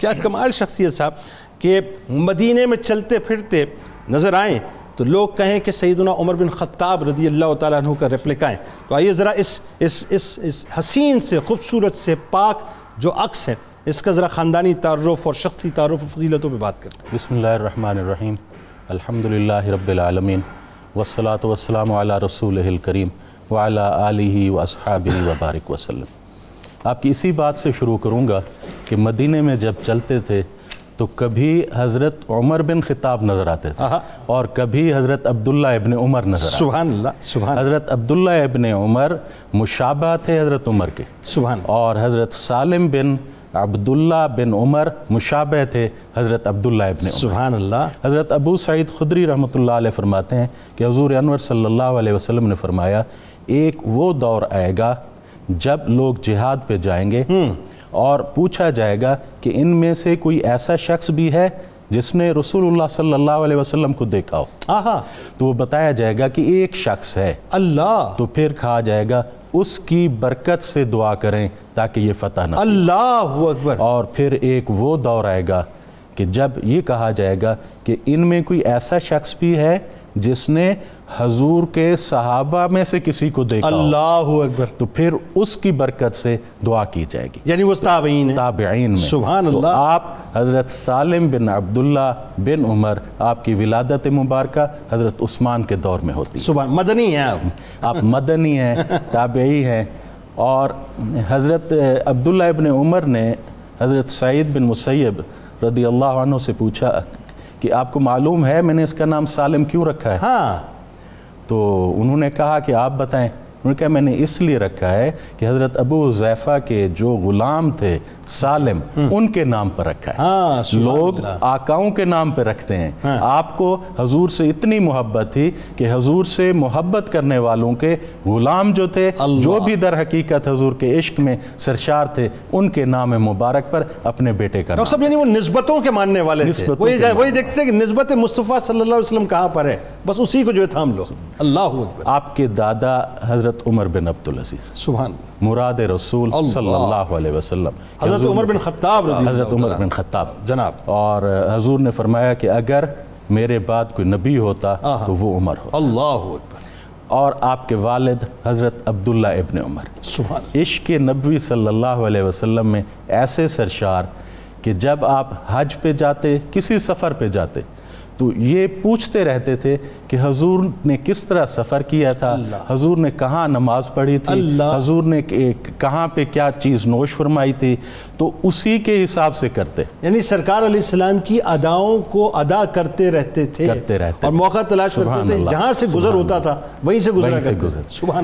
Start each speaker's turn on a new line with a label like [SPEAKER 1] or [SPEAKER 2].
[SPEAKER 1] کیا کمال شخصیت صاحب کہ مدینے میں چلتے پھرتے نظر آئیں تو لوگ کہیں کہ سیدنا عمر بن خطاب رضی اللہ تعالیٰ عنہ کا ریپلیکا ہے تو آئیے ذرا اس اس اس اس حسین سے خوبصورت سے پاک جو عکس ہے اس کا ذرا خاندانی تعارف اور شخصی تعارف و فضیلتوں پہ بات کرتے ہیں
[SPEAKER 2] بسم اللہ الرحمن الرحیم الحمد للہ رب العالمین والصلاة والسلام علی رسول الکریم وعلی آلہ و اصحابہ وبارک وسلم آپ کی اسی بات سے شروع کروں گا کہ مدینے میں جب چلتے تھے تو کبھی حضرت عمر بن خطاب نظر آتے تھے
[SPEAKER 1] آہا۔
[SPEAKER 2] اور کبھی حضرت عبداللہ ابن عمر نظر آتے
[SPEAKER 1] سبحان اللہ سبحان اللہ
[SPEAKER 2] حضرت عبداللہ ابن عمر مشابہ تھے حضرت عمر کے
[SPEAKER 1] سبحان اللہ
[SPEAKER 2] اور حضرت سالم بن عبداللہ بن عمر مشابہ تھے حضرت عبداللہ ابن عمر
[SPEAKER 1] سبحان اللہ
[SPEAKER 2] حضرت ابو سعید خدری رحمۃ اللہ علیہ فرماتے ہیں کہ حضور انور صلی اللہ علیہ وسلم نے فرمایا ایک وہ دور آئے گا جب لوگ جہاد پہ جائیں گے اور پوچھا جائے گا کہ ان میں سے کوئی ایسا شخص بھی ہے جس نے رسول اللہ صلی اللہ علیہ وسلم کو دیکھا ہو
[SPEAKER 1] آہا
[SPEAKER 2] تو وہ بتایا جائے گا کہ ایک شخص ہے
[SPEAKER 1] اللہ
[SPEAKER 2] تو پھر کہا جائے گا اس کی برکت سے دعا کریں تاکہ یہ فتح نہ
[SPEAKER 1] اللہ اکبر
[SPEAKER 2] اور پھر ایک وہ دور آئے گا کہ جب یہ کہا جائے گا کہ ان میں کوئی ایسا شخص بھی ہے جس نے حضور کے صحابہ میں سے کسی کو دیکھا ہو
[SPEAKER 1] اللہ اکبر
[SPEAKER 2] تو پھر اس کی برکت سے دعا کی جائے گی
[SPEAKER 1] یعنی وہ تابعین ہیں
[SPEAKER 2] تابعین میں
[SPEAKER 1] سبحان
[SPEAKER 2] تو
[SPEAKER 1] اللہ۔
[SPEAKER 2] آپ حضرت سالم بن عبداللہ بن عمر آپ کی ولادت مبارکہ حضرت عثمان کے دور میں ہوتی ہے
[SPEAKER 1] سبحان مدنی ہیں آپ
[SPEAKER 2] آپ مدنی ہیں تابعی ہیں اور حضرت عبداللہ ابن عمر نے حضرت سعید بن مسیب رضی اللہ عنہ سے پوچھا کہ آپ کو معلوم ہے میں نے اس کا نام سالم کیوں رکھا ہے
[SPEAKER 1] ہاں
[SPEAKER 2] تو انہوں نے کہا کہ آپ بتائیں انہوں نے کہا میں نے اس لیے رکھا ہے کہ حضرت ابو حذیفہ کے جو غلام تھے سالم ان کے نام پر رکھا ہے
[SPEAKER 1] ہاں
[SPEAKER 2] لوگ آقاؤں کے نام پہ رکھتے ہیں
[SPEAKER 1] ہاں۔
[SPEAKER 2] آپ کو حضور سے اتنی محبت تھی کہ حضور سے محبت کرنے والوں کے غلام جو تھے
[SPEAKER 1] اللہ۔
[SPEAKER 2] جو بھی در حقیقت حضور کے عشق میں سرشار تھے ان کے نام مبارک پر اپنے بیٹے کا
[SPEAKER 1] ڈاکٹر
[SPEAKER 2] نام
[SPEAKER 1] صاحب یعنی وہ نسبتوں کے ماننے والے تھے
[SPEAKER 2] نسبتوں
[SPEAKER 1] وہی
[SPEAKER 2] کے
[SPEAKER 1] جائے-
[SPEAKER 2] ماننے
[SPEAKER 1] وہی دیکھتے ہیں کہ نسبت مصطفیٰ صلی اللہ علیہ وسلم کہاں پر ہے بس اسی کو جو ہے تھام لو اللہ اکبر
[SPEAKER 2] آپ کے دادا حضرت عمر بن عبدالعزیز
[SPEAKER 1] سبحان اللہ
[SPEAKER 2] مراد رسول
[SPEAKER 1] اللہ۔
[SPEAKER 2] صلی اللہ علیہ وسلم
[SPEAKER 1] حضرت
[SPEAKER 2] حضور
[SPEAKER 1] عمر بن خطاب رضی اللہ
[SPEAKER 2] حضرت عمر
[SPEAKER 1] تعالیٰ
[SPEAKER 2] بن خطاب
[SPEAKER 1] جناب
[SPEAKER 2] اور حضور نے فرمایا کہ اگر میرے بعد کوئی نبی ہوتا
[SPEAKER 1] آہا۔
[SPEAKER 2] تو وہ عمر ہو
[SPEAKER 1] اللہ اکبر
[SPEAKER 2] اور آپ کے والد حضرت عبداللہ ابن عمر
[SPEAKER 1] سبحان اللہ
[SPEAKER 2] عشق نبوی صلی اللہ علیہ وسلم میں ایسے سرشار کہ جب آپ حج پہ جاتے کسی سفر پہ جاتے تو یہ پوچھتے رہتے تھے کہ حضور نے کس طرح سفر کیا تھا حضور نے کہاں نماز پڑھی تھی
[SPEAKER 1] اللہ۔
[SPEAKER 2] حضور نے کہاں پہ کیا چیز نوش فرمائی تھی تو اسی کے حساب سے کرتے
[SPEAKER 1] یعنی سرکار علیہ السلام کی اداؤں کو ادا کرتے رہتے تھے
[SPEAKER 2] کرتے رہتے
[SPEAKER 1] اور
[SPEAKER 2] تھے۔
[SPEAKER 1] موقع تلاش کرتے
[SPEAKER 2] سبحان
[SPEAKER 1] تھے
[SPEAKER 2] اللہ،
[SPEAKER 1] جہاں سے گزر
[SPEAKER 2] سبحان
[SPEAKER 1] ہوتا
[SPEAKER 2] اللہ۔
[SPEAKER 1] تھا وہیں سے گزرا
[SPEAKER 2] وہیں سے
[SPEAKER 1] کرتے
[SPEAKER 2] گزر۔
[SPEAKER 1] تھے۔ سبحان